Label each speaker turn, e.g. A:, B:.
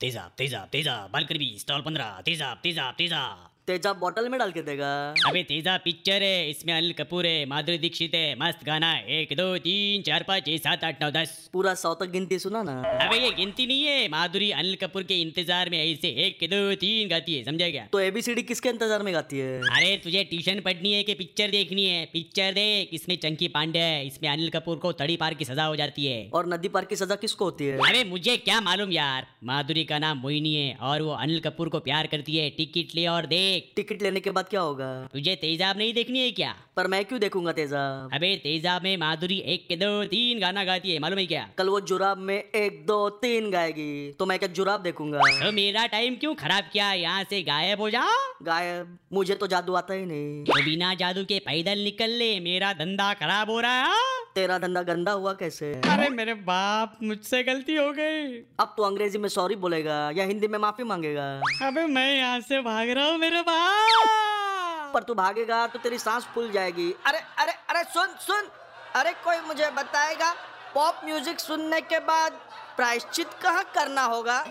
A: तेजाब तेजाब तेजाब बालकर बीस स्टॉल पंद्रह तेजाब तेजाब तेजाब
B: तेजाब बॉटल में डाल के देगा
A: अबे तेजा पिक्चर है इसमें अनिल कपूर है माधुरी दीक्षित है मस्त गाना है एक दो तीन चार पाँच छः सात आठ नौ दस
B: पूरा सौ तक गिनती सुना ना
A: अबे ये गिनती नहीं है माधुरी अनिल कपूर के इंतजार में ऐसे एक दो तीन गाती है समझा क्या
B: तो एबीसीडी किसके इंतजार में गाती है
A: अरे तुझे ट्यूशन पढ़नी है कि पिक्चर देखनी है पिक्चर देख इसमें चंकी पांडे है इसमें अनिल कपूर को तड़ी पार की सजा हो जाती है
B: और नदी पार की सजा किसको होती है
A: अरे मुझे क्या मालूम यार माधुरी का नाम मोहिनी है और वो अनिल कपूर को प्यार करती है टिकट ले और देख
B: टिकट लेने के बाद क्या होगा
A: तुझे तेजाब नहीं देखनी है क्या
B: पर मैं क्यों देखूंगा तेजाब
A: अबे तेजाब में माधुरी एक के दो तीन गाना गाती है मालूम है क्या
B: कल वो जुराब में एक दो तीन गाएगी तो मैं क्या जुराब देखूंगा
A: तो मेरा टाइम क्यों खराब किया यहाँ से गायब हो जा
B: गायब मुझे तो जादू आता ही नहीं
A: तो बिना जादू के पैदल निकल ले मेरा धंधा खराब हो रहा है
B: तेरा धंधा गंदा हुआ कैसे
A: अरे मेरे बाप मुझसे गलती हो गई
B: अब तो अंग्रेजी में सॉरी बोलेगा या हिंदी में माफी मांगेगा
A: अबे मैं यहाँ से भाग रहा हूँ मेरे बाप
B: पर तू भागेगा तो तेरी सांस फूल जाएगी अरे अरे अरे सुन सुन अरे कोई मुझे बताएगा पॉप म्यूजिक सुनने के बाद प्रायश्चित कहाँ करना होगा